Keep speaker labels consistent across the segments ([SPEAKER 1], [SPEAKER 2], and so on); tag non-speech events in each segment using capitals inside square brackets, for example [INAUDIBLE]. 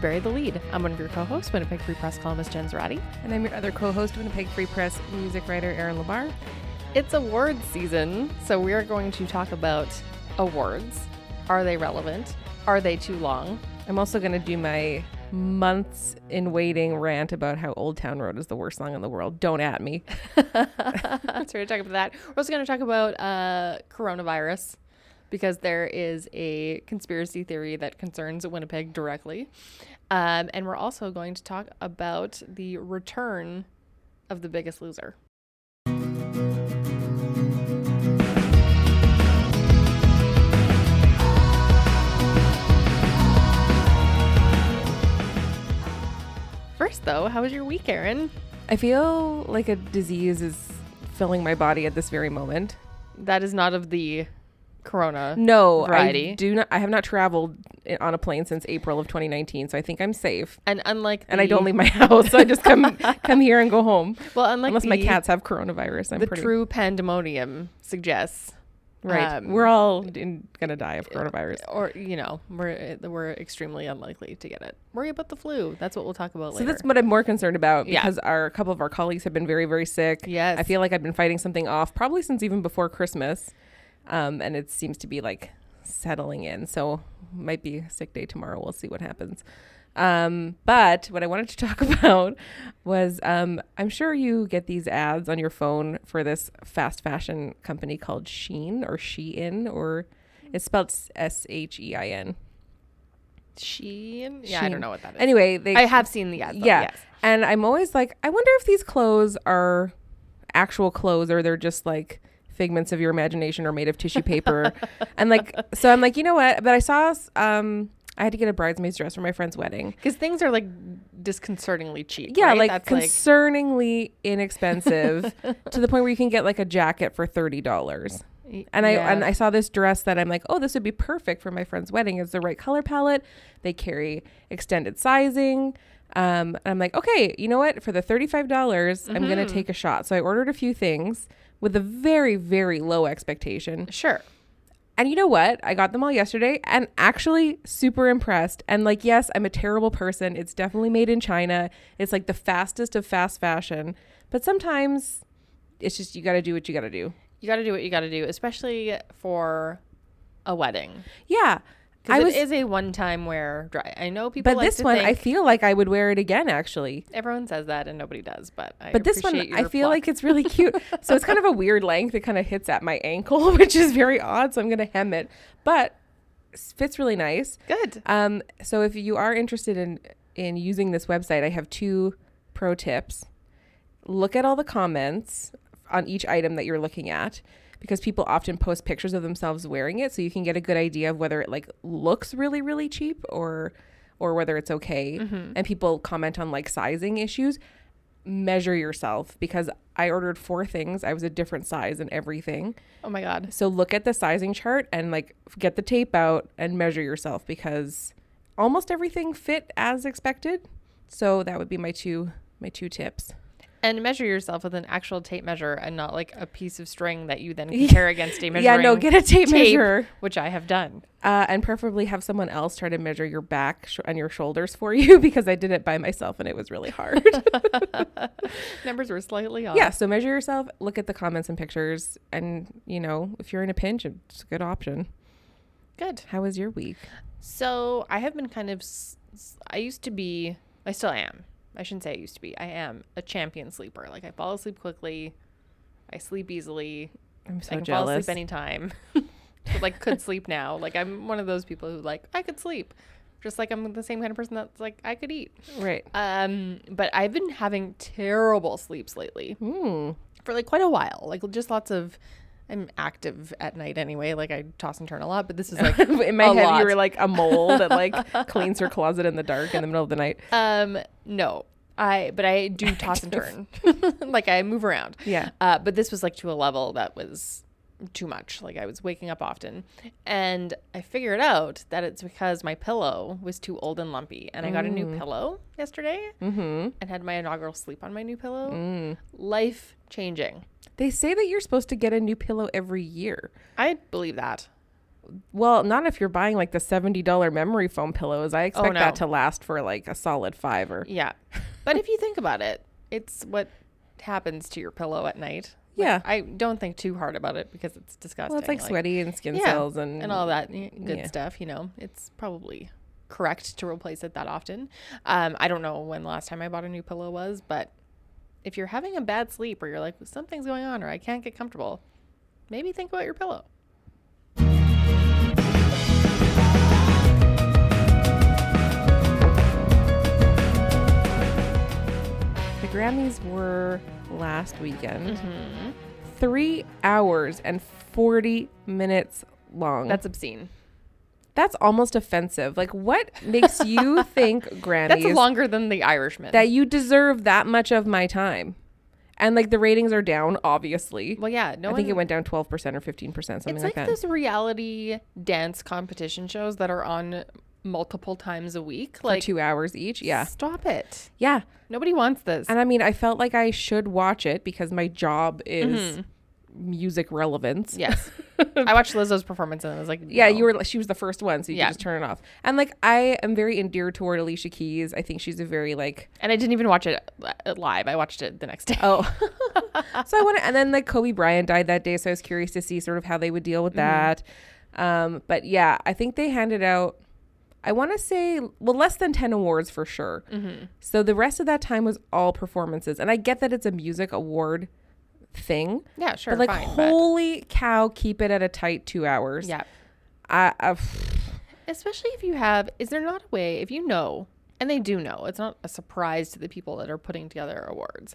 [SPEAKER 1] Bury the Lead. I'm one of your co hosts, Winnipeg Free Press columnist Jen Zerati.
[SPEAKER 2] And I'm your other co host, Winnipeg Free Press music writer Erin Labar.
[SPEAKER 1] It's awards season, so we are going to talk about awards. Are they relevant? Are they too long?
[SPEAKER 2] I'm also going to do my months in waiting rant about how Old Town Road is the worst song in the world. Don't
[SPEAKER 1] [LAUGHS]
[SPEAKER 2] at me.
[SPEAKER 1] so we're going to talk about that. We're also going to talk about uh, coronavirus because there is a conspiracy theory that concerns Winnipeg directly. Um, and we're also going to talk about the return of the biggest loser. First, though, how was your week, Erin?
[SPEAKER 2] I feel like a disease is filling my body at this very moment.
[SPEAKER 1] That is not of the corona.
[SPEAKER 2] No,
[SPEAKER 1] Variety.
[SPEAKER 2] I do not. I have not traveled i- on a plane since April of 2019, so I think I'm safe.
[SPEAKER 1] And unlike
[SPEAKER 2] And I don't
[SPEAKER 1] the-
[SPEAKER 2] leave my [LAUGHS] house. I just [LAUGHS] come come here and go home.
[SPEAKER 1] [LAUGHS] well, unlike
[SPEAKER 2] Unless my
[SPEAKER 1] the-
[SPEAKER 2] cats have coronavirus, I'm
[SPEAKER 1] the
[SPEAKER 2] pretty
[SPEAKER 1] true pandemonium suggests.
[SPEAKER 2] right.
[SPEAKER 1] um,
[SPEAKER 2] We're all in, gonna die of coronavirus.
[SPEAKER 1] or you know we're eh, we're extremely unlikely to get it. Worry about the flu. That's what we'll talk about
[SPEAKER 2] So
[SPEAKER 1] later.
[SPEAKER 2] that's what I'm more concerned about
[SPEAKER 1] Yeah.
[SPEAKER 2] because our a couple of our colleagues have been very, very sick.
[SPEAKER 1] Yes.
[SPEAKER 2] I feel like I've been fighting something off probably since even before Christmas. Um, and it seems to be like settling in. So might be a sick day tomorrow. We'll see what happens. Um, but what I wanted to [LAUGHS] talk about was um, I'm sure you get these ads on your phone for this fast fashion company called Sheen or Shein or it's spelled S H E I N.
[SPEAKER 1] she. Yeah, I
[SPEAKER 2] Shein.
[SPEAKER 1] don't know what that is.
[SPEAKER 2] Anyway, they
[SPEAKER 1] I have seen the ads. though,
[SPEAKER 2] yeah.
[SPEAKER 1] Yes.
[SPEAKER 2] And I'm always like, I wonder if these clothes are actual clothes or they're just like figments of your imagination or made of tissue
[SPEAKER 1] [LAUGHS]
[SPEAKER 2] paper. and like, so I'm like, you know what? But I saw, um, I had to get a bridesmaid's dress for my friend's wedding.
[SPEAKER 1] Because things are like disconcertingly cheap.
[SPEAKER 2] Yeah,
[SPEAKER 1] right?
[SPEAKER 2] like
[SPEAKER 1] that's like
[SPEAKER 2] concerningly
[SPEAKER 1] [LAUGHS]
[SPEAKER 2] inexpensive to the point where you can get like a jacket for thirty dollars.
[SPEAKER 1] Y-
[SPEAKER 2] And I
[SPEAKER 1] yeah.
[SPEAKER 2] and I saw this dress that I'm like, oh, this would be perfect for my friend's wedding. It's the right color palette. They carry extended sizing. Um, and I'm like, okay, you know what? For the thirty-five dollars, I'm gonna
[SPEAKER 1] Mm-hmm.
[SPEAKER 2] take a shot. So I ordered a few things with a very, very low expectation.
[SPEAKER 1] sure.
[SPEAKER 2] And you know what? I got them all yesterday and actually super impressed. And like, yes, I'm a terrible person. It's definitely made in China. It's like the fastest of fast fashion. But sometimes it's just you got to do what you got to do.
[SPEAKER 1] You got to do what you got to do, especially for a wedding.
[SPEAKER 2] Yeah. I
[SPEAKER 1] Because
[SPEAKER 2] was,
[SPEAKER 1] it is a one-time wear dry. I know people.
[SPEAKER 2] but
[SPEAKER 1] like
[SPEAKER 2] this
[SPEAKER 1] to
[SPEAKER 2] one, I
[SPEAKER 1] think-
[SPEAKER 2] feel like I would wear it again actually.
[SPEAKER 1] everyone says that and nobody does. But I
[SPEAKER 2] But this one,
[SPEAKER 1] appreciate
[SPEAKER 2] I
[SPEAKER 1] your
[SPEAKER 2] feel
[SPEAKER 1] pluck.
[SPEAKER 2] like it's really cute.
[SPEAKER 1] [LAUGHS]
[SPEAKER 2] so it's kind of a weird length. It kind of hits at my ankle, [LAUGHS] which is very odd. So I'm going to hem it, but s- fits really nice.
[SPEAKER 1] good.
[SPEAKER 2] Um, so if you are interested in in using this website, I have two pro tips. Look at all the comments on each item that you're looking at because people often post pictures of themselves wearing it so you can get a good idea of whether it like looks really really cheap or or whether it's okay. And people comment on like sizing issues. Measure yourself because I ordered four things. I was a different size in everything.
[SPEAKER 1] Oh my god.
[SPEAKER 2] So look at the sizing chart and like f- get the tape out and measure yourself because almost everything fit as expected. So that would be my two my two tips.
[SPEAKER 1] And measure yourself with an actual tape measure and not like a piece of string that you
[SPEAKER 2] [LAUGHS]
[SPEAKER 1] then compare against a measuring
[SPEAKER 2] yeah, no, get a tape,
[SPEAKER 1] tape,
[SPEAKER 2] measure
[SPEAKER 1] which I have done.
[SPEAKER 2] uh, and preferably have someone else try to measure your back sh- and your shoulders for you [LAUGHS] because I did it by myself and it was really
[SPEAKER 1] [LAUGHS]
[SPEAKER 2] hard.
[SPEAKER 1] Numbers were slightly off.
[SPEAKER 2] yeah, so measure yourself, look at the comments and pictures, and you know if you're in a pinch, it's a good option.
[SPEAKER 1] Good.
[SPEAKER 2] How was your week?
[SPEAKER 1] So I have been kind of, s- s- I used to be, I still am. I shouldn't say I used to be. I am a champion sleeper. Like I fall asleep quickly. I sleep easily.
[SPEAKER 2] I'm
[SPEAKER 1] I
[SPEAKER 2] so
[SPEAKER 1] can fall
[SPEAKER 2] jealous.
[SPEAKER 1] asleep anytime. [LAUGHS] but like could sleep now. Like I'm one of those people who like, I could sleep. Just like I'm the same kind of person that's like, I could eat.
[SPEAKER 2] right.
[SPEAKER 1] Um, but I've been having terrible sleeps lately.
[SPEAKER 2] Hmm.
[SPEAKER 1] for like quite a while. Like just lots of I'm active at night anyway. Like I toss and turn a lot, but this is like
[SPEAKER 2] [LAUGHS] in my
[SPEAKER 1] a
[SPEAKER 2] head
[SPEAKER 1] lot.
[SPEAKER 2] you were like a mole
[SPEAKER 1] [LAUGHS]
[SPEAKER 2] that like cleans her closet in the dark in the middle of the night
[SPEAKER 1] um no. I but I
[SPEAKER 2] [LAUGHS]
[SPEAKER 1] do toss and turn. [LAUGHS] like I move around.
[SPEAKER 2] yeah
[SPEAKER 1] Uh, but this was like to a level that was too much. Like I was waking up often, and I figured out that it's because my pillow was too old and lumpy, and I got a new pillow yesterday
[SPEAKER 2] Mm. mm-hmm.
[SPEAKER 1] and had my inaugural sleep on my new pillow.
[SPEAKER 2] mm.
[SPEAKER 1] Life changing.
[SPEAKER 2] they say that you're supposed to get a new pillow every year
[SPEAKER 1] I believe that.
[SPEAKER 2] Well, not if you're buying like the $70 memory foam pillows. I expect that
[SPEAKER 1] no.
[SPEAKER 2] to last for like a solid five or. [LAUGHS]
[SPEAKER 1] Yeah. But if you think about it, it's what happens to your pillow at night. Like,
[SPEAKER 2] Yeah.
[SPEAKER 1] I don't think too hard about it because it's disgusting.
[SPEAKER 2] Well, it's like sweaty and skin cells and,
[SPEAKER 1] all that y- good
[SPEAKER 2] yeah.
[SPEAKER 1] stuff, you know. It's probably correct to replace it that often. Um, I don't know when the last time I bought a new pillow was, but if you're having a bad sleep or you're like something's going on or I can't get comfortable, maybe think about your pillow.
[SPEAKER 2] The Grammys were last weekend.
[SPEAKER 1] Mm-hmm.
[SPEAKER 2] Three hours and 40 minutes long.
[SPEAKER 1] That's obscene.
[SPEAKER 2] That's almost offensive. Like, what
[SPEAKER 1] [LAUGHS]
[SPEAKER 2] makes you think Grammys
[SPEAKER 1] That's longer than the Irishman.
[SPEAKER 2] that you deserve that much of my time? And like the ratings are down, obviously.
[SPEAKER 1] well, yeah, no
[SPEAKER 2] I
[SPEAKER 1] one
[SPEAKER 2] think it went down 12% or 15%, something
[SPEAKER 1] It's
[SPEAKER 2] like,
[SPEAKER 1] like,
[SPEAKER 2] that.
[SPEAKER 1] those reality dance competition shows that are on multiple times a week.
[SPEAKER 2] For
[SPEAKER 1] Like,
[SPEAKER 2] two hours each. Yeah.
[SPEAKER 1] stop it.
[SPEAKER 2] Yeah.
[SPEAKER 1] Nobody wants this.
[SPEAKER 2] And I mean, I felt like I should watch it because my job is
[SPEAKER 1] Mm-hmm.
[SPEAKER 2] music
[SPEAKER 1] [LAUGHS]
[SPEAKER 2] relevance. [LAUGHS]
[SPEAKER 1] yes, I watched Lizzo's performance and I was like,
[SPEAKER 2] Yeah,
[SPEAKER 1] no.
[SPEAKER 2] you were. She was the first one, so you
[SPEAKER 1] Yeah.
[SPEAKER 2] could just turn it off. And like, I am very endeared toward Alicia Keys. I think she's a very like.
[SPEAKER 1] And I didn't even watch it li- live. I watched it the next day.
[SPEAKER 2] Oh, so I want to. And then like Kobe Bryant died that day, so I was curious to see sort of how they would deal with
[SPEAKER 1] Mm-hmm.
[SPEAKER 2] that. Um, but yeah, I think they handed out. I want to say well less than ten awards for sure.
[SPEAKER 1] Mm-hmm.
[SPEAKER 2] So the rest of that time was all performances, and I get that it's a music award thing,
[SPEAKER 1] [LAUGHS] yeah, sure,
[SPEAKER 2] but like
[SPEAKER 1] fine. but-
[SPEAKER 2] holy cow, keep it at a tight two hours.
[SPEAKER 1] yeah,
[SPEAKER 2] I, uh, I,
[SPEAKER 1] especially if you have. Is there not a way if you know? And they do know. It's not a surprise to the people that are putting together awards.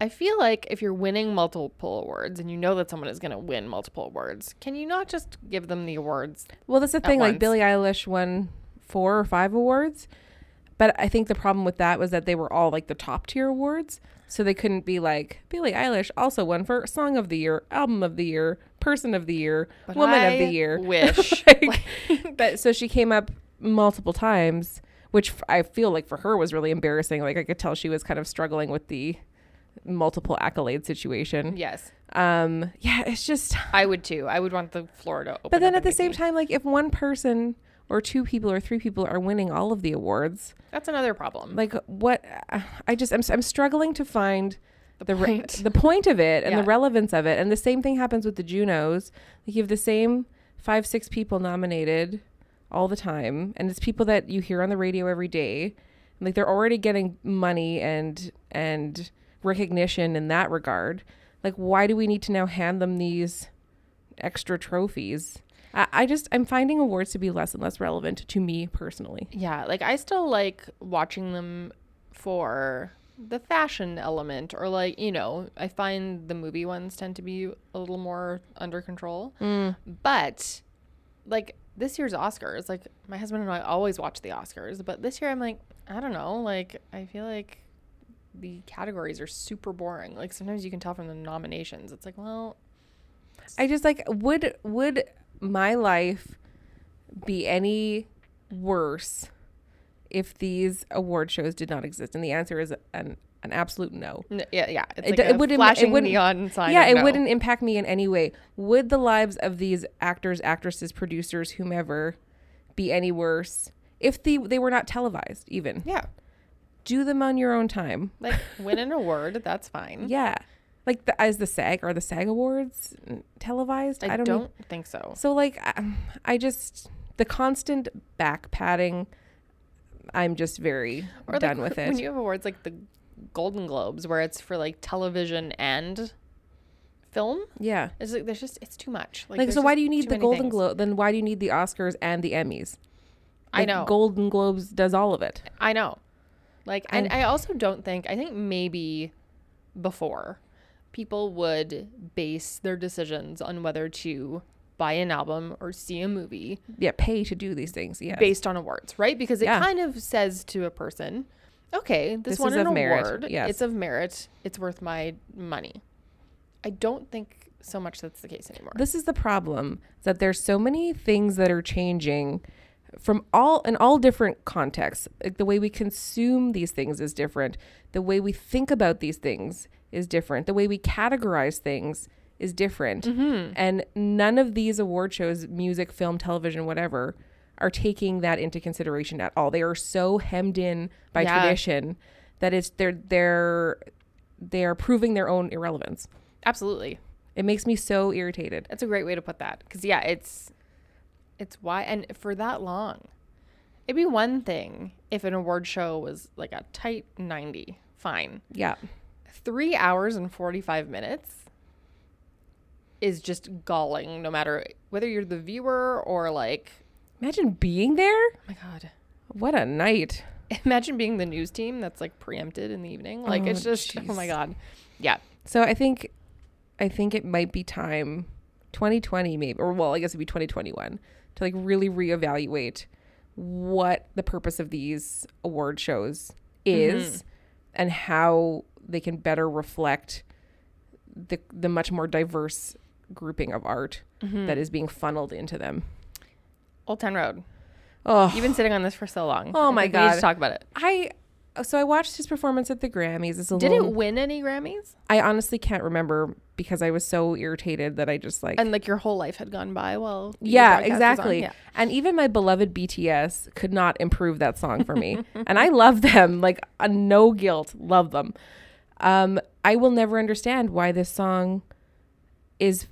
[SPEAKER 1] I feel like if you're winning multiple awards and you know that someone is going to win multiple awards, can you not just give them the awards
[SPEAKER 2] Well, that's the thing. Like
[SPEAKER 1] once.
[SPEAKER 2] Billie Eilish won four or five awards, but I think the problem with that was that they were all like the top tier awards, so they couldn't be like Billie Eilish also won for Song of the Year, Album of the Year, Person of the Year,
[SPEAKER 1] But
[SPEAKER 2] Woman
[SPEAKER 1] I
[SPEAKER 2] of the Year. [LAUGHS]
[SPEAKER 1] Wish.
[SPEAKER 2] Like, but so she came up multiple times, which f- I feel like for her was really embarrassing. Like I could tell she was kind of struggling with the multiple accolade situation.
[SPEAKER 1] yes,
[SPEAKER 2] Um, yeah, it's just
[SPEAKER 1] I would too. I would want the floor to open.
[SPEAKER 2] but then
[SPEAKER 1] up
[SPEAKER 2] at the
[SPEAKER 1] and
[SPEAKER 2] same
[SPEAKER 1] make me-
[SPEAKER 2] time, like if one person or two people or three people are winning all of the awards,
[SPEAKER 1] that's another problem.
[SPEAKER 2] like what? I just I'm I'm struggling to find
[SPEAKER 1] The
[SPEAKER 2] the re-
[SPEAKER 1] point.
[SPEAKER 2] the point of it and the
[SPEAKER 1] Yeah.
[SPEAKER 2] relevance of it. And the same thing happens with the Junos. Like you have the same five six people nominated all the time, and it's people that you hear on the radio every day. And, like they're already getting money and and recognition in that regard. Like why do we need to now hand them these extra trophies? I, I just I'm finding awards to be less and less relevant to me personally.
[SPEAKER 1] yeah, like I still like watching them for the fashion element, or like you know, I find the movie ones tend to be a little more under control. But like this year's Oscars, like my husband and I always watch the Oscars, but this year I'm like, I don't know, like I feel like the categories are super boring. Like sometimes you can tell from the nominations. It's like, well,
[SPEAKER 2] I just like would would my life be any worse if these award shows did not exist? And the answer is an an absolute no.
[SPEAKER 1] N- yeah, yeah. It's
[SPEAKER 2] It
[SPEAKER 1] like
[SPEAKER 2] d-
[SPEAKER 1] a
[SPEAKER 2] it wouldn't- it
[SPEAKER 1] flashing
[SPEAKER 2] wouldn't-
[SPEAKER 1] neon sign.
[SPEAKER 2] yeah,
[SPEAKER 1] of
[SPEAKER 2] it
[SPEAKER 1] no.
[SPEAKER 2] wouldn't impact me in any way. Would the lives of these actors, actresses, producers, whomever be any worse if the, they were not televised even?
[SPEAKER 1] Yeah,
[SPEAKER 2] Do them on your own time.
[SPEAKER 1] like win an award, that's fine.
[SPEAKER 2] [LAUGHS] Yeah. Like the, as the SAG are the SAG awards televised?
[SPEAKER 1] I,
[SPEAKER 2] e-
[SPEAKER 1] don't, think so.
[SPEAKER 2] So like I, I just the constant back patting I'm just very
[SPEAKER 1] Or, like,
[SPEAKER 2] done with it.
[SPEAKER 1] [LAUGHS] When you have awards like the Golden Globes, where it's for like television and film,
[SPEAKER 2] yeah.
[SPEAKER 1] it's like there's just it's too much.
[SPEAKER 2] Like
[SPEAKER 1] there's
[SPEAKER 2] so why
[SPEAKER 1] just
[SPEAKER 2] do you
[SPEAKER 1] too
[SPEAKER 2] need the
[SPEAKER 1] many
[SPEAKER 2] Golden
[SPEAKER 1] things.
[SPEAKER 2] Globe then why do you need the Oscars and the Emmys?
[SPEAKER 1] I
[SPEAKER 2] Like,
[SPEAKER 1] know.
[SPEAKER 2] Golden Globes does all of it.
[SPEAKER 1] I know. Like, and
[SPEAKER 2] And-
[SPEAKER 1] I also don't think, I think maybe before people would base their decisions on whether to buy an album or see a movie
[SPEAKER 2] Yeah, pay to do these things. Yeah.
[SPEAKER 1] based on awards, right? Because it
[SPEAKER 2] Yeah.
[SPEAKER 1] kind of says to a person, okay, this,
[SPEAKER 2] This
[SPEAKER 1] won
[SPEAKER 2] is
[SPEAKER 1] an
[SPEAKER 2] of merit.
[SPEAKER 1] award.
[SPEAKER 2] Yes.
[SPEAKER 1] It's of merit. It's worth my money. I don't think so much that's the case anymore.
[SPEAKER 2] this is the problem is that there's so many things that are changing from all in all different contexts like the way we consume these things is different the way we think about these things is different the way we categorize things is different. And none of these award shows, music, film, television, whatever, are taking that into consideration at all. They are so hemmed in by
[SPEAKER 1] Yeah.
[SPEAKER 2] tradition that it's they're they're they are proving their own irrelevance.
[SPEAKER 1] Absolutely.
[SPEAKER 2] It makes me so irritated.
[SPEAKER 1] That's a great way to put that. Because yeah, it's it's why and for that long. It'd be one thing if an award show was like a tight ninety, fine.
[SPEAKER 2] Yeah.
[SPEAKER 1] Three hours and forty five minutes is just galling, no matter whether you're the viewer or like
[SPEAKER 2] Imagine being there.
[SPEAKER 1] oh my god.
[SPEAKER 2] What a night.
[SPEAKER 1] [LAUGHS] Imagine being the news team that's like preempted in the evening. Like it's
[SPEAKER 2] Oh,
[SPEAKER 1] just oh my god. Yeah.
[SPEAKER 2] So I think I think it might be time 2020 maybe or well I guess it'd be 2021 to like really reevaluate what the purpose of these award shows
[SPEAKER 1] Mm-hmm.
[SPEAKER 2] is and how they can better reflect the the much more diverse grouping of art
[SPEAKER 1] Mm.
[SPEAKER 2] that is being funneled into them.
[SPEAKER 1] Old Town Road.
[SPEAKER 2] Oh,
[SPEAKER 1] You've been sitting on this for so long.
[SPEAKER 2] Oh
[SPEAKER 1] I
[SPEAKER 2] my
[SPEAKER 1] think We need
[SPEAKER 2] God.
[SPEAKER 1] to talk about it.
[SPEAKER 2] I so I watched his performance at the Grammys. It's a
[SPEAKER 1] Did
[SPEAKER 2] little,
[SPEAKER 1] it win any Grammys?
[SPEAKER 2] I honestly can't remember because I was so irritated that I just like
[SPEAKER 1] and like your whole life had gone by well
[SPEAKER 2] [LAUGHS] yeah exactly and even my beloved bts could not improve that song for me and i love them like a no guilt love them um i will never understand why this song is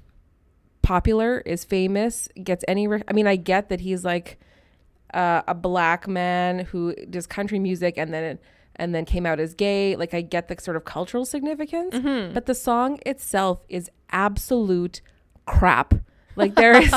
[SPEAKER 2] popular is famous gets any rec- i mean i get that he's like uh, a black man who does country music and then and then came out as gay like i get the sort of cultural significance
[SPEAKER 1] Mm-hmm.
[SPEAKER 2] but the song itself is absolute crap like there
[SPEAKER 1] [LAUGHS]
[SPEAKER 2] is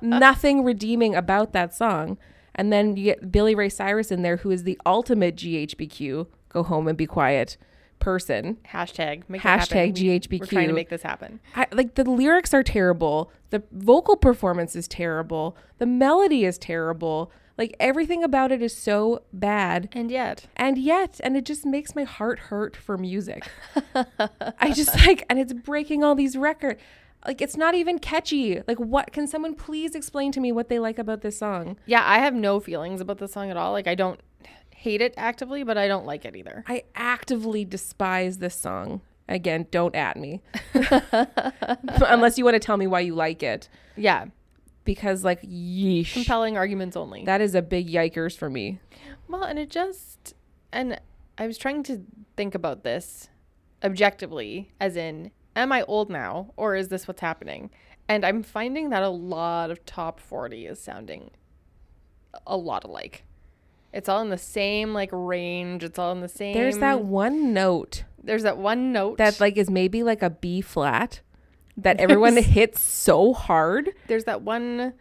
[SPEAKER 2] nothing redeeming about that song and then you get billy ray cyrus in there who is the ultimate ghbq go home and be quiet person
[SPEAKER 1] hashtag make
[SPEAKER 2] Hashtag
[SPEAKER 1] it happen. We- we're
[SPEAKER 2] GHBQ.
[SPEAKER 1] trying to make this happen
[SPEAKER 2] I, like the lyrics are terrible the vocal performance is terrible the melody is terrible like everything about it is so bad
[SPEAKER 1] and yet
[SPEAKER 2] and yet and it just makes my heart hurt for music i just like and it's breaking all these record like it's not even catchy like what can someone please explain to me what they like about this song
[SPEAKER 1] yeah i have no feelings about this song at all like i don't hate it actively but i don't like it either
[SPEAKER 2] i actively despise this song again don't at me unless you want to tell me why you like it
[SPEAKER 1] yeah
[SPEAKER 2] because like yeesh
[SPEAKER 1] compelling arguments only
[SPEAKER 2] that is a big yikers for me
[SPEAKER 1] well and it just and i was trying to think about this objectively as in am i old now or is this what's happening and i'm finding that a lot of top 40 is sounding a lot alike it's all in the same like range it's all in the same
[SPEAKER 2] there's that one note
[SPEAKER 1] There's that one note.
[SPEAKER 2] that like is maybe like a b flat
[SPEAKER 1] [LAUGHS]
[SPEAKER 2] that everyone hits so hard
[SPEAKER 1] there's that one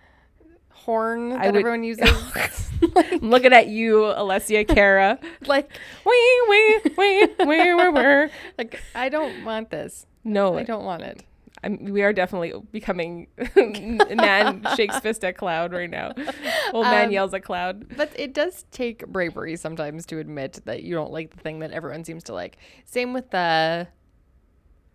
[SPEAKER 1] horn that
[SPEAKER 2] I would- [LAUGHS]
[SPEAKER 1] everyone uses. [LAUGHS]
[SPEAKER 2] I'm looking at you, Alessia Cara. [LAUGHS]
[SPEAKER 1] like,
[SPEAKER 2] wee, wee, wee, wee, wee, wee.
[SPEAKER 1] like I don't want this. I
[SPEAKER 2] No,
[SPEAKER 1] don't want it.
[SPEAKER 2] I'm, we are definitely becoming [LAUGHS] man Shakespeare at cloud right
[SPEAKER 1] [LAUGHS]
[SPEAKER 2] now. Old man
[SPEAKER 1] Um,
[SPEAKER 2] yells at cloud.
[SPEAKER 1] But it does take bravery sometimes to admit that you don't like the thing that everyone seems to like. Same with the.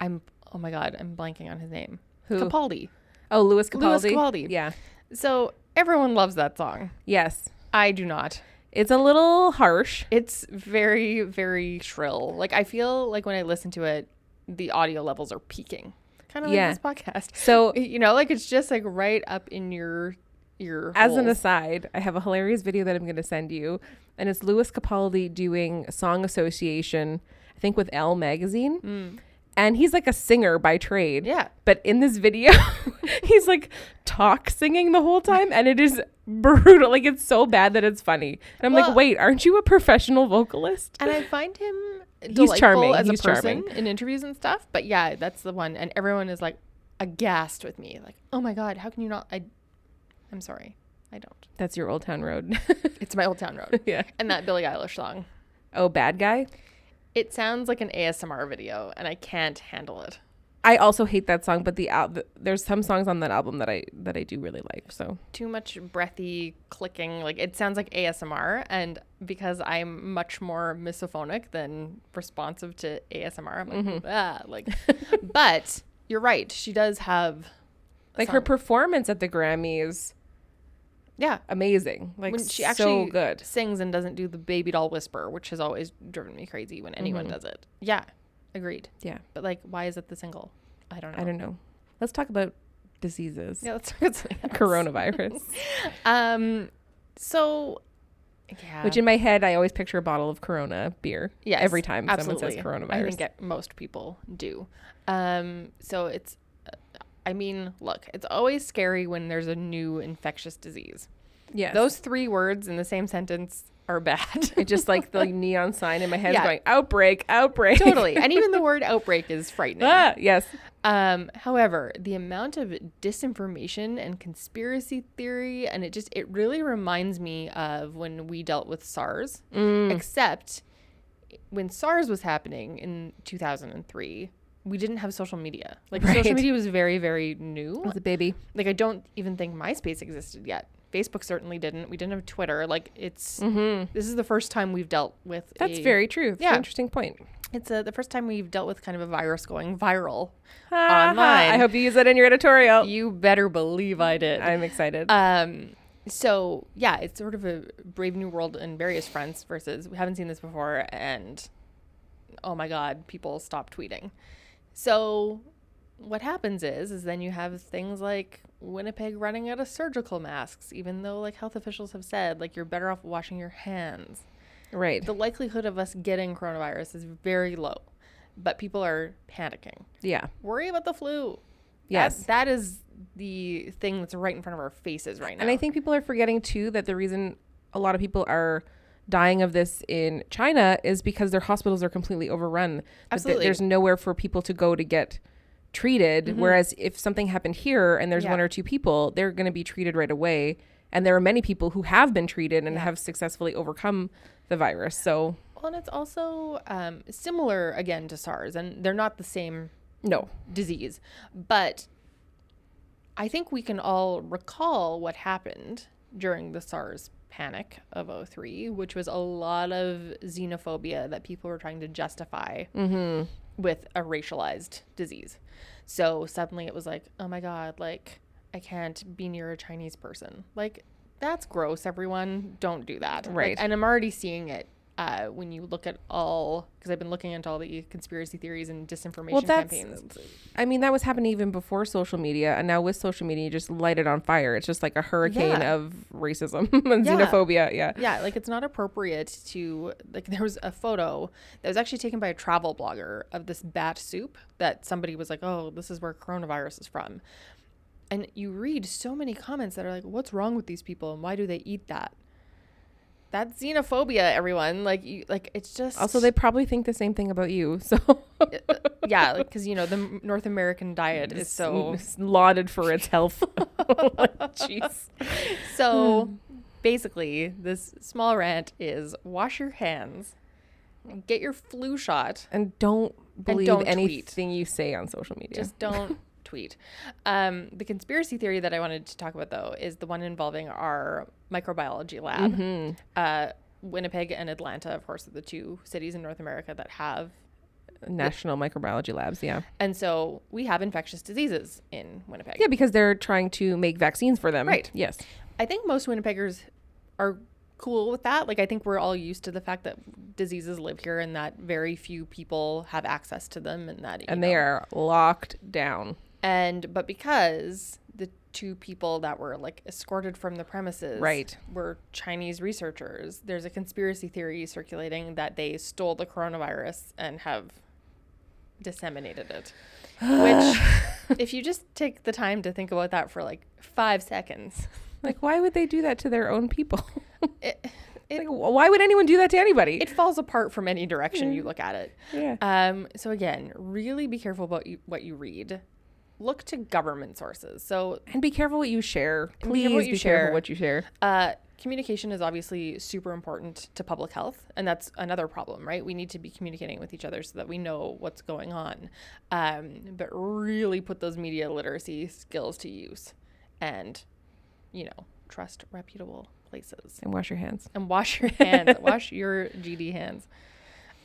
[SPEAKER 1] I'm. Oh my god, I'm blanking on his name.
[SPEAKER 2] Who?
[SPEAKER 1] Capaldi.
[SPEAKER 2] Oh, Louis
[SPEAKER 1] Louis
[SPEAKER 2] Capaldi.
[SPEAKER 1] Capaldi.
[SPEAKER 2] Yeah.
[SPEAKER 1] So everyone loves that song.
[SPEAKER 2] Yes.
[SPEAKER 1] I do not.
[SPEAKER 2] It's a little harsh.
[SPEAKER 1] It's very, very shrill. Like I feel like when I listen to it, the audio levels are peaking. Kind of
[SPEAKER 2] Yeah.
[SPEAKER 1] like this podcast.
[SPEAKER 2] So,
[SPEAKER 1] you know like it's just like right up in your your
[SPEAKER 2] as an
[SPEAKER 1] holes.
[SPEAKER 2] aside, I have a hilarious video that I'm going to send you, and it's Louis Capaldi doing song association, I think with Elle magazine, and he's like a singer by trade.
[SPEAKER 1] Mm. yeah
[SPEAKER 2] But in this video, [LAUGHS] he's like talk singing the whole time, and it is brutal. Like it's so bad that it's funny. And I'm
[SPEAKER 1] Well-
[SPEAKER 2] like, wait, aren't you a professional vocalist?
[SPEAKER 1] and i find him delightful
[SPEAKER 2] charming.
[SPEAKER 1] as
[SPEAKER 2] He's
[SPEAKER 1] a person
[SPEAKER 2] charming.
[SPEAKER 1] in interviews and stuff but yeah that's the one and everyone is like aghast with me like oh my god how can you not i i'm sorry i don't
[SPEAKER 2] That's your Old Town Road. [LAUGHS]
[SPEAKER 1] it's my old town road
[SPEAKER 2] yeah.
[SPEAKER 1] and that billie eilish song
[SPEAKER 2] Oh, bad guy.
[SPEAKER 1] it sounds like an asmr video and i can't handle it
[SPEAKER 2] I also hate that song, but the al- th- there's some songs on that album that I that I do really like. So
[SPEAKER 1] too much breathy clicking like it sounds like asmr and because i'm much more misophonic than responsive to asmr i'm like
[SPEAKER 2] Mm-hmm.
[SPEAKER 1] ah
[SPEAKER 2] [LAUGHS]
[SPEAKER 1] like but you're right she does have
[SPEAKER 2] like her
[SPEAKER 1] Song.
[SPEAKER 2] performance at the Grammys,
[SPEAKER 1] yeah
[SPEAKER 2] amazing. Like
[SPEAKER 1] when she
[SPEAKER 2] so
[SPEAKER 1] actually
[SPEAKER 2] good.
[SPEAKER 1] sings and doesn't do the baby doll whisper which has always driven me crazy
[SPEAKER 2] Mm-hmm.
[SPEAKER 1] when anyone does it yeah agreed
[SPEAKER 2] Yeah,
[SPEAKER 1] but like why is it the single i don't know
[SPEAKER 2] I don't know. Let's talk about diseases.
[SPEAKER 1] [LAUGHS] Yeah, let's talk about something else.
[SPEAKER 2] [LAUGHS]
[SPEAKER 1] [LAUGHS]
[SPEAKER 2] Coronavirus.
[SPEAKER 1] Um, so yeah,
[SPEAKER 2] Which in my head, I always picture a bottle of Corona beer.
[SPEAKER 1] Yes,
[SPEAKER 2] every time
[SPEAKER 1] absolutely.
[SPEAKER 2] someone says
[SPEAKER 1] I
[SPEAKER 2] coronavirus.
[SPEAKER 1] think it, most people do. Um, so it's, uh, I mean, look, it's always scary when there's a new infectious disease.
[SPEAKER 2] yes. [LAUGHS]
[SPEAKER 1] Those three words in the same sentence are bad. [LAUGHS]
[SPEAKER 2] It just like the neon sign in my head
[SPEAKER 1] Yeah.
[SPEAKER 2] is going outbreak, outbreak.
[SPEAKER 1] totally.
[SPEAKER 2] [LAUGHS]
[SPEAKER 1] And even the word outbreak is frightening.
[SPEAKER 2] ah, yes.
[SPEAKER 1] Um, however, the amount of disinformation and conspiracy theory, and it just it really reminds me of when we dealt with SARS,
[SPEAKER 2] Hmm.
[SPEAKER 1] Mm. except when SARS was happening in 2003, we didn't have social media. Like social
[SPEAKER 2] Right.
[SPEAKER 1] media was very very new.
[SPEAKER 2] It's a baby.
[SPEAKER 1] Like I don't even think MySpace existed yet. Facebook certainly didn't. We didn't have Twitter. Like it's this is the first time we've dealt with
[SPEAKER 2] Mm. Mm-hmm. That's
[SPEAKER 1] a-
[SPEAKER 2] very true. It's
[SPEAKER 1] Yeah.
[SPEAKER 2] an interesting point.
[SPEAKER 1] it's uh the first time we've dealt with kind of a virus going viral.
[SPEAKER 2] Ha, ha. I
[SPEAKER 1] Online.
[SPEAKER 2] hope you use that in your editorial.
[SPEAKER 1] You better believe I did.
[SPEAKER 2] I'm excited.
[SPEAKER 1] Um, so yeah, it's sort of a Brave New World in various fronts versus we haven't seen this before, and oh my god, people stop tweeting. So what happens is, is then you have things like Winnipeg running out of surgical masks, even though like health officials have said like you're better off washing your hands.
[SPEAKER 2] right.
[SPEAKER 1] The likelihood of us getting coronavirus is very low, but people are panicking.
[SPEAKER 2] yeah.
[SPEAKER 1] Worry about the flu. That-
[SPEAKER 2] Yes.
[SPEAKER 1] that is the thing that's right in front of our faces right now.
[SPEAKER 2] And I think people are forgetting too that the reason a lot of people are dying of this in China is because their hospitals are completely overrun. That th-
[SPEAKER 1] Absolutely. Mm-hmm.
[SPEAKER 2] There's nowhere for people to go to get treated. Whereas if something happened here and there's
[SPEAKER 1] Yeah.
[SPEAKER 2] one or two people, they're going to be treated right away. And there are many people who have been treated and
[SPEAKER 1] Yeah.
[SPEAKER 2] have successfully overcome the virus. So,
[SPEAKER 1] Well, and it's also um, similar again to SARS, and they're not the same
[SPEAKER 2] no.
[SPEAKER 1] disease, but I think we can all recall what happened during the SARS panic of 03, which was a lot of xenophobia that people were trying to justify
[SPEAKER 2] Mm-hmm.
[SPEAKER 1] with a racialized disease. So suddenly it was like, oh my God, like I can't be near a Chinese person. Like that's gross, everyone. Don't do that. Like,
[SPEAKER 2] Right.
[SPEAKER 1] and I'm already seeing it. Uh, when you look at all, because I've been looking into all the conspiracy theories and disinformation
[SPEAKER 2] Well, that's.
[SPEAKER 1] campaigns.
[SPEAKER 2] I mean, that was happening even before social media, and now with social media, you just light it on fire. It's just like a hurricane
[SPEAKER 1] Yeah.
[SPEAKER 2] of racism [LAUGHS] and
[SPEAKER 1] Yeah.
[SPEAKER 2] xenophobia. Yeah.
[SPEAKER 1] Yeah, like it's not appropriate to like there was a photo that was actually taken by a travel blogger of this bat soup that somebody was like, "Oh, this is where coronavirus is from." And you read so many comments that are like, "What's wrong with these people and why do they eat that?" That's xenophobia, everyone. Like you like it's just
[SPEAKER 2] Also, they probably think the same thing about you. [LAUGHS] So
[SPEAKER 1] [LAUGHS] yeah, like cuz you know, the M- North American diet is so [LAUGHS]
[SPEAKER 2] It's lauded for its health. [LAUGHS] Jeez. Hmm.
[SPEAKER 1] so basically this small rant is wash your hands, get your flu shot.
[SPEAKER 2] And don't believe
[SPEAKER 1] don't tweet.
[SPEAKER 2] anything you say on social media.
[SPEAKER 1] Just
[SPEAKER 2] [LAUGHS]
[SPEAKER 1] don't tweet. Um, the conspiracy theory that I wanted to talk about, though, is the one involving our microbiology lab.
[SPEAKER 2] Mm-hmm.
[SPEAKER 1] Uh, Winnipeg and Atlanta, of course, are the two cities in North America that have.
[SPEAKER 2] National microbiology labs. Yeah.
[SPEAKER 1] And so we have infectious diseases in Winnipeg.
[SPEAKER 2] Yeah, because they're trying to make vaccines for them.
[SPEAKER 1] Right.
[SPEAKER 2] Yes.
[SPEAKER 1] I think most Winnipeggers are cool with that. Like, I think we're all used to the fact that diseases live here and that very few people have access to them and that. you
[SPEAKER 2] And
[SPEAKER 1] know,
[SPEAKER 2] they are locked
[SPEAKER 1] [LAUGHS]
[SPEAKER 2] down.
[SPEAKER 1] and but because the two people that were like escorted from the premises
[SPEAKER 2] Right.
[SPEAKER 1] were chinese researchers there's a conspiracy theory circulating that they stole the coronavirus and have disseminated it which if you just take the time to think about that for like five seconds
[SPEAKER 2] Like, why would they do that to their own people? [LAUGHS]
[SPEAKER 1] it,
[SPEAKER 2] like,
[SPEAKER 1] it,
[SPEAKER 2] wh- why would anyone do that to anybody?
[SPEAKER 1] it falls apart from any direction you look at it
[SPEAKER 2] yeah.
[SPEAKER 1] Um, so again, really be careful about you, what you read. Look to government sources. So
[SPEAKER 2] and be careful what you share.
[SPEAKER 1] And be careful
[SPEAKER 2] Please
[SPEAKER 1] what
[SPEAKER 2] be
[SPEAKER 1] you share.
[SPEAKER 2] careful what you share.
[SPEAKER 1] Uh, communication is obviously super important to public health, and that's another problem, right? We need to be communicating with each other so that we know what's going on. Um, but really put those media literacy skills to use and, you know, trust reputable places
[SPEAKER 2] And wash your hands.
[SPEAKER 1] [LAUGHS] and wash your hands, wash [LAUGHS] your GD hands.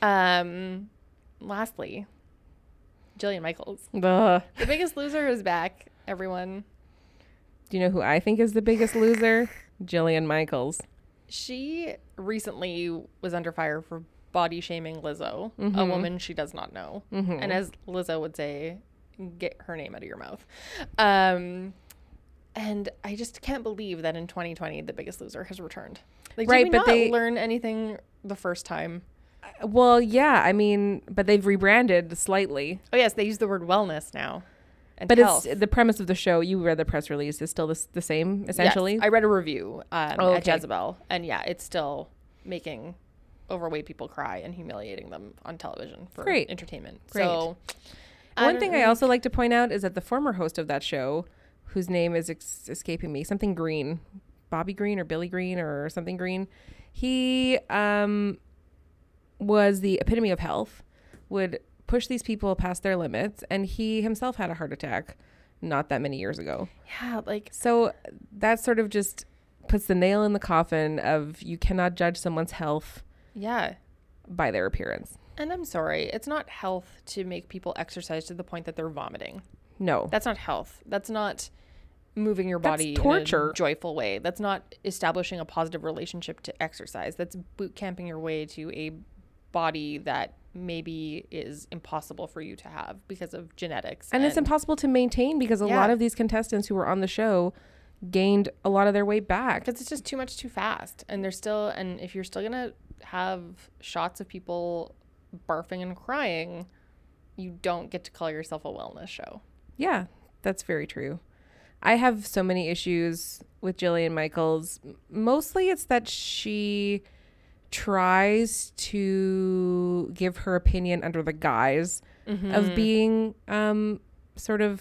[SPEAKER 1] Um, lastly, Jillian Michaels.
[SPEAKER 2] Ugh.
[SPEAKER 1] The biggest loser is back, everyone.
[SPEAKER 2] Do you know who I think is the biggest loser? Jillian Michaels.
[SPEAKER 1] She recently was under fire for Mm-hmm. body shaming Lizzo, a woman she does not know. And as Lizzo would say, get her name out of your mouth. Um, and I just can't believe that in 2020, The Biggest Loser has returned. Like,
[SPEAKER 2] Right,
[SPEAKER 1] did we not
[SPEAKER 2] but they-
[SPEAKER 1] learn anything the first time?
[SPEAKER 2] Uh, Well, yeah, I mean, but they've rebranded slightly.
[SPEAKER 1] Oh yes, they use the word wellness now. And
[SPEAKER 2] But
[SPEAKER 1] health.
[SPEAKER 2] it's the premise of the show. You read the press release is still the, s- the same
[SPEAKER 1] Yes,
[SPEAKER 2] essentially.
[SPEAKER 1] I read a review um,
[SPEAKER 2] Oh,
[SPEAKER 1] at
[SPEAKER 2] okay.
[SPEAKER 1] Jezebel, and yeah, it's still making overweight people cry and humiliating them on television for
[SPEAKER 2] Great.
[SPEAKER 1] entertainment.
[SPEAKER 2] Great.
[SPEAKER 1] So,
[SPEAKER 2] One thing I
[SPEAKER 1] don't-
[SPEAKER 2] also like to point out is that the former host of that show, whose name is ex- escaping me, something Green, Bobby Green or Billy Green or something Green, he um, was the epitome of health. Would push these people past their limits, and he himself had a heart attack not that many years ago.
[SPEAKER 1] yeah, like
[SPEAKER 2] So that sort of just puts the nail in the coffin of you cannot judge someone's health
[SPEAKER 1] yeah.
[SPEAKER 2] by their appearance.
[SPEAKER 1] And I'm sorry, it's not health to make people exercise to the point that they're vomiting.
[SPEAKER 2] No.
[SPEAKER 1] That's not health. That's not moving your
[SPEAKER 2] That's
[SPEAKER 1] body in
[SPEAKER 2] torture.
[SPEAKER 1] a joyful way. That's not establishing a positive relationship to exercise. That's boot camping your way to a body that maybe is impossible for you to have because of genetics.
[SPEAKER 2] and it's impossible to maintain because a
[SPEAKER 1] Yeah.
[SPEAKER 2] lot of these contestants who were on the show gained a lot of their weight back.
[SPEAKER 1] because it's just too much too fast. And there's still and if you're still gonna have shots of people barfing and crying, you don't get to call yourself a wellness show.
[SPEAKER 2] Yeah, that's very true. I have so many issues with Jillian Michaels. M- Mostly it's that she tries to give her opinion under the guise of being um, sort of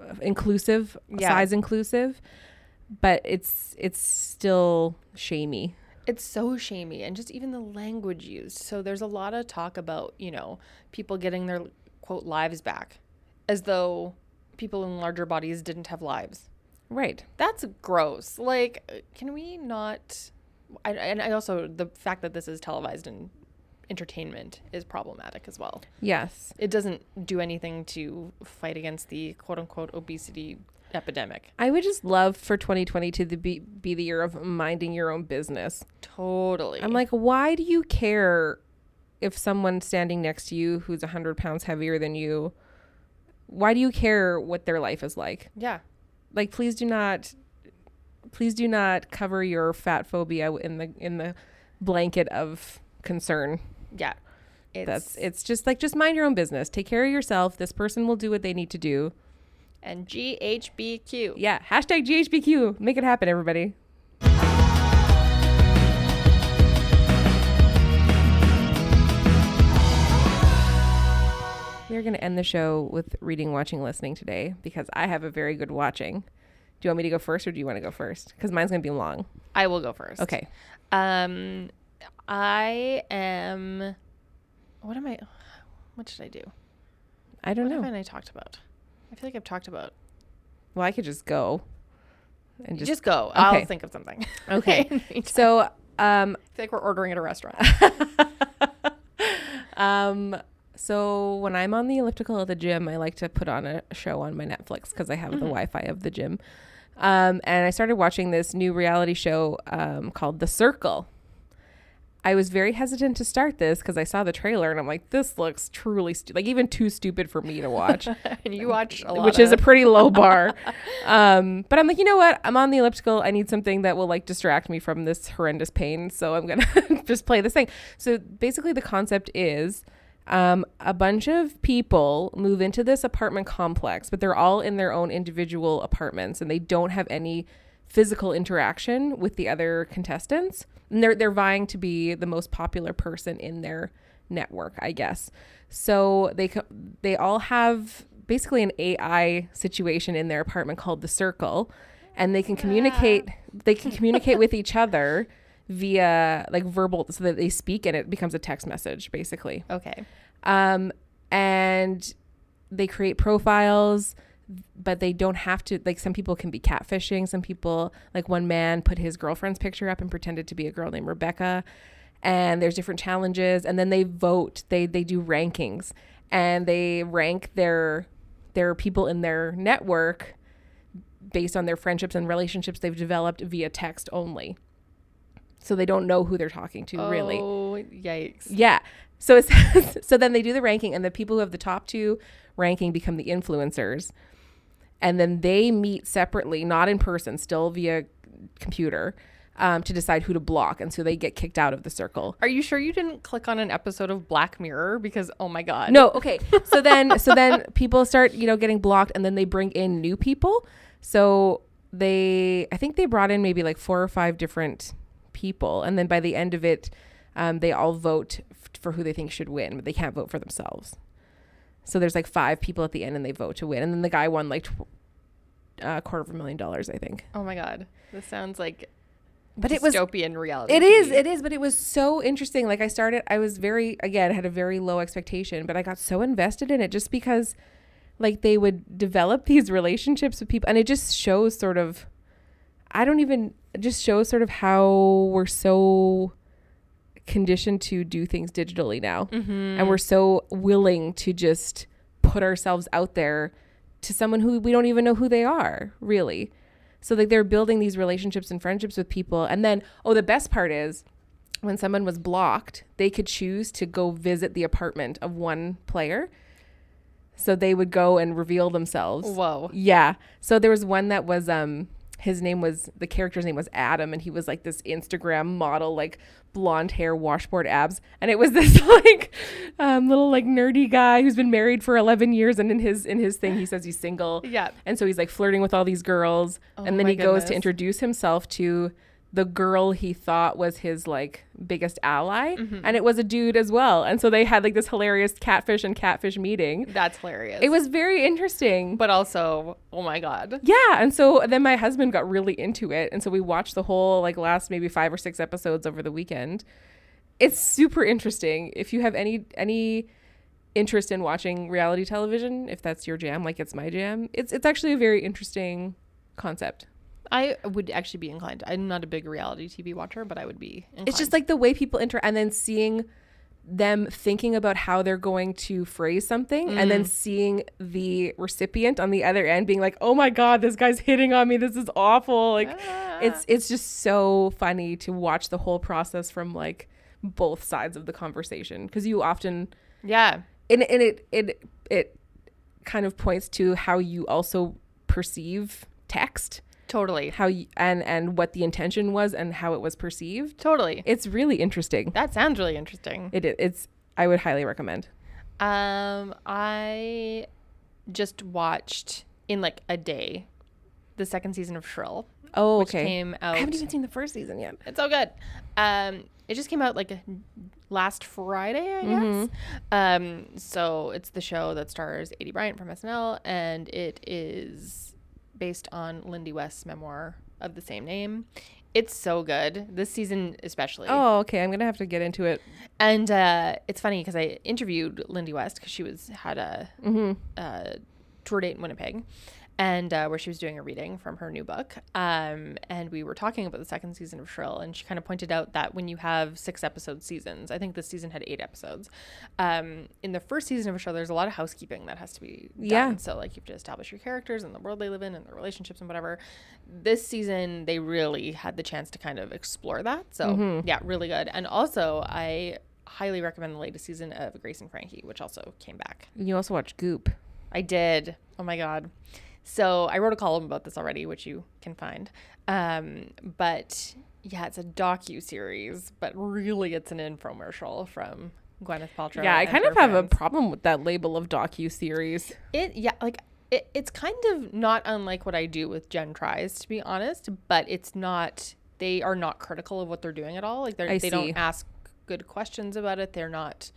[SPEAKER 2] uh, inclusive,
[SPEAKER 1] Yeah.
[SPEAKER 2] size inclusive, but it's it's still shamey.
[SPEAKER 1] it's so shamey and just even the language used so there's a lot of talk about you know people getting their quote lives back as though people in larger bodies didn't have lives
[SPEAKER 2] Right.
[SPEAKER 1] that's gross like uh, can we not I, and i also the fact that this is televised in entertainment is problematic as well
[SPEAKER 2] Yes.
[SPEAKER 1] it doesn't do anything to fight against the quote unquote obesity epidemic
[SPEAKER 2] I would just love for 2020 to the- be, be the year of minding your own business.
[SPEAKER 1] totally
[SPEAKER 2] I'm like, why do you care if someone standing next to you who's 100 pounds heavier than you, why do you care what their life is like?
[SPEAKER 1] yeah
[SPEAKER 2] Like, please do not, please do not cover your fat phobia in the in the blanket of concern.
[SPEAKER 1] yeah it's,
[SPEAKER 2] That's it's just like just mind your own business. Take care of yourself. This person will do what they need to do.
[SPEAKER 1] and ghbq
[SPEAKER 2] Yeah. Hashtag GHBQ. Make it happen, everybody. We are going to end the show with reading, watching, listening today because I have a very good watching. Do you want me to go first or do you want to go first? Because mine's going to be long.
[SPEAKER 1] I will go first.
[SPEAKER 2] Okay.
[SPEAKER 1] Um, I am. What am I? What should I do?
[SPEAKER 2] I don't
[SPEAKER 1] what
[SPEAKER 2] know.
[SPEAKER 1] haven't I talked about? I feel like I've talked about.
[SPEAKER 2] Well, I could just go and
[SPEAKER 1] Just,
[SPEAKER 2] just.
[SPEAKER 1] go. I'll
[SPEAKER 2] okay.
[SPEAKER 1] think of something. [LAUGHS]
[SPEAKER 2] Okay.
[SPEAKER 1] In the meantime,
[SPEAKER 2] So, um,
[SPEAKER 1] I feel like we're ordering at a restaurant.
[SPEAKER 2] [LAUGHS] um, so when I'm on the elliptical at the gym, I like to put on a show on my Netflix because I have the Wi-Fi of the gym. Um, and I started watching this new reality show um, called The Circle. I was very hesitant to start this because I saw the trailer and I'm like, this looks truly stu- like even too stupid for me to watch
[SPEAKER 1] and you watch a lot.
[SPEAKER 2] which is a
[SPEAKER 1] of- [LAUGHS]
[SPEAKER 2] pretty low bar. um, but I'm like, you know what? I'm on the elliptical. I need something that will like distract me from this horrendous pain. So I'm gonna [LAUGHS] just play this thing. So basically, the concept is. Um, a bunch of people move into this apartment complex, but they're all in their own individual apartments and they don't have any physical interaction with the other contestants. And they're they're vying to be the most popular person in their network, I guess. So they co- they all have basically an AI situation in their apartment called the Circle, and they can communicate. They can communicate with each other [LAUGHS] via like verbal, so that they speak and it becomes a text message, basically
[SPEAKER 1] okay.
[SPEAKER 2] um, and they create profiles but they don't have to like some people can be catfishing some people like one man put his girlfriend's picture up and pretended to be a girl named rebecca and there's different challenges and then they vote they they do rankings and they rank their their people in their network based on their friendships and relationships they've developed via text only so they don't know who they're talking to really
[SPEAKER 1] Oh yikes!
[SPEAKER 2] yeah. So it says, [LAUGHS] so then they do the ranking, and the people who have the top two ranking become the influencers, and then they meet separately, not in person, still via computer, um, to decide who to block, and so they get kicked out of the circle.
[SPEAKER 1] Are you sure you didn't click on an episode of Black Mirror? Because oh my god.
[SPEAKER 2] No, okay. So then, so then people start, you know, getting blocked, and then they bring in new people. So they, I think they brought in maybe like four or five different people, and then by the end of it, um, they all vote f- for who they think should win, but they can't vote for themselves. So there's like five people at the end, and they vote to win, and then the guy won like tw- uh, a quarter of a million dollars, I think.
[SPEAKER 1] Oh my god. This sounds like
[SPEAKER 2] But it was
[SPEAKER 1] dystopian reality.
[SPEAKER 2] It is,
[SPEAKER 1] TV.
[SPEAKER 2] it is, but it was so interesting. Like I started, I was very, again, had a very low expectation, but I got so invested in it just because, like, they would develop [LAUGHS] these relationships with people, and it just shows sort of, I don't even, it just shows sort of how we're so conditioned to do things digitally now,
[SPEAKER 1] Mm-hmm.
[SPEAKER 2] and we're so willing to just put ourselves out there to someone who we don't even know who they are, really. So like they're building these relationships and friendships with people. And then, oh, the best part is when someone was blocked, they could choose to go visit the apartment of one player. So they would go and reveal themselves.
[SPEAKER 1] Whoa.
[SPEAKER 2] Yeah. So there was one that was um his name was the character's name was Adam and he was like this Instagram model like blonde hair washboard abs and it was [LAUGHS] this like um, little like nerdy guy who's been married for 11 years and in his in his thing he says he's single
[SPEAKER 1] Yeah. Oh
[SPEAKER 2] and so he's like flirting with all these girls and then
[SPEAKER 1] my
[SPEAKER 2] he goes to
[SPEAKER 1] goodness.
[SPEAKER 2] introduce himself to the girl he thought was his like biggest ally
[SPEAKER 1] Mm-hmm.
[SPEAKER 2] and it was a dude as well and so they had like this hilarious catfish and catfish meeting
[SPEAKER 1] That's hilarious.
[SPEAKER 2] it was very interesting
[SPEAKER 1] but also, oh my god.
[SPEAKER 2] yeah, and so then my husband got really into it, and so we watched the whole like last maybe five or six episodes over the weekend. It's super interesting. If you have any any interest in watching reality television, if that's your jam, like it's my jam, it's it's actually a very interesting concept.
[SPEAKER 1] I would actually be inclined. I'm not a big reality TV watcher, but I would be. Inclined.
[SPEAKER 2] It's just like the way people enter, and then seeing them thinking about how they're going to phrase something, and then seeing the recipient on the other end being like, "Oh my god, this guy's hitting on me. This is awful." Like, it's it's just so funny to watch the whole process from like both sides of the conversation because you often
[SPEAKER 1] yeah.
[SPEAKER 2] and, and it it it kind of points to how you also perceive text,
[SPEAKER 1] Totally.
[SPEAKER 2] how you, and and what the intention was and how it was perceived.
[SPEAKER 1] Totally.
[SPEAKER 2] It's really interesting.
[SPEAKER 1] That sounds really interesting.
[SPEAKER 2] It, it's I would highly recommend.
[SPEAKER 1] Um, I just watched in like a day the second season of Shrill.
[SPEAKER 2] Oh,
[SPEAKER 1] which came out.
[SPEAKER 2] I haven't even seen the first season yet.
[SPEAKER 1] It's so good. Um, it just came out like last Friday, I guess. Um, so it's the show that stars Adie Bryant from SNL, and it is based on Lindy West's memoir of the same name. It's so good. This season, especially.
[SPEAKER 2] Oh, okay. I'm gonna have to get into it.
[SPEAKER 1] And uh, it's funny because I interviewed Lindy West because she was had a, uh tour date in Winnipeg, and uh, where she was doing a reading from her new book. Um, and we were talking about the second season of Shrill, and she kind of pointed out that when you have six episode seasons, I think this season had eight episodes. Um, in the first season of a show, there's a lot of housekeeping that has to be done.
[SPEAKER 2] Yeah.
[SPEAKER 1] So like you have to establish your characters and the world they live in and their relationships and whatever. This season they really had the chance to kind of explore that. So
[SPEAKER 2] Mm-hmm.
[SPEAKER 1] yeah, really good. And also I highly recommend the latest season of Grace and Frankie, which also came back.
[SPEAKER 2] You also watch Goop.
[SPEAKER 1] I did. Oh my god. So I wrote a column about this already, which you can find. Um, but yeah, it's a docu series, but really it's an infomercial from Gwyneth Paltrow.
[SPEAKER 2] Yeah, I
[SPEAKER 1] and
[SPEAKER 2] kind
[SPEAKER 1] her
[SPEAKER 2] of have a
[SPEAKER 1] friends.
[SPEAKER 2] problem with that label of docu [LAUGHS] series.
[SPEAKER 1] It yeah, like it, it's kind of not unlike what I do with Gen Tries, to be honest, but it's not they are not critical of what they're doing at all. Like they're
[SPEAKER 2] I
[SPEAKER 1] they don't
[SPEAKER 2] see.
[SPEAKER 1] ask good questions about it. They're not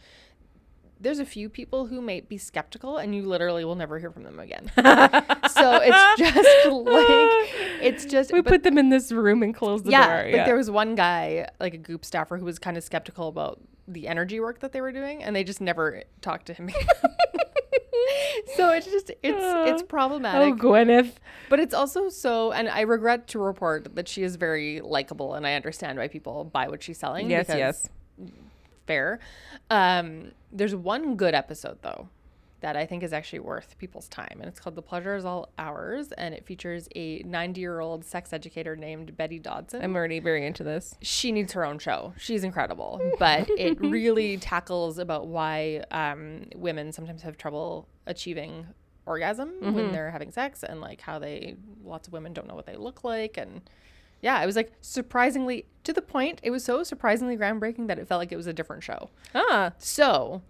[SPEAKER 1] there's a few people who might be skeptical and you literally will never hear from them again.
[SPEAKER 2] [LAUGHS]
[SPEAKER 1] so it's just [LAUGHS] like it's just
[SPEAKER 2] We
[SPEAKER 1] but-
[SPEAKER 2] put them in this room and close the
[SPEAKER 1] yeah,
[SPEAKER 2] door.
[SPEAKER 1] like there was one guy, like a Goop staffer, who was kind of skeptical about the energy work that they were doing, and they just never talked to him. [LAUGHS] again. so it's just it's it's
[SPEAKER 2] Oh,
[SPEAKER 1] problematic,
[SPEAKER 2] oh, Gwyneth.
[SPEAKER 1] but it's also so. And I regret to report that she is very likable, and I understand why people buy what she's selling.
[SPEAKER 2] Yes,
[SPEAKER 1] because
[SPEAKER 2] yes.
[SPEAKER 1] fair. Um, there's one good episode though that I think is actually worth people's time. And it's called The Pleasure is All Ours, and it features a 90 year old sex educator named Betty Dodson.
[SPEAKER 2] I'm already very into this.
[SPEAKER 1] she needs her own show. She's incredible, but it really tackles about why um, women sometimes have trouble achieving orgasm when they're having sex, and like how they lots of women don't know what they look like, and yeah, it was like surprisingly to the point. It was so surprisingly groundbreaking that it felt like it was a different show.
[SPEAKER 2] Ah,
[SPEAKER 1] So,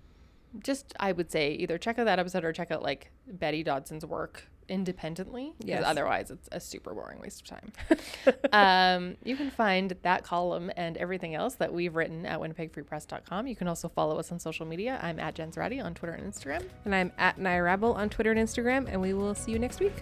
[SPEAKER 1] just I would say either check out that episode or check out like Betty Dodson's work independently.
[SPEAKER 2] Yes.
[SPEAKER 1] Because otherwise, it's a super boring waste of time. um, you can find that column and everything else that we've written at winnipegfreepress.com. You can also follow us on social media. I'm at Jen Zerati on Twitter and Instagram.
[SPEAKER 2] and I'm at Nirabble on Twitter and Instagram, and we will see you next week.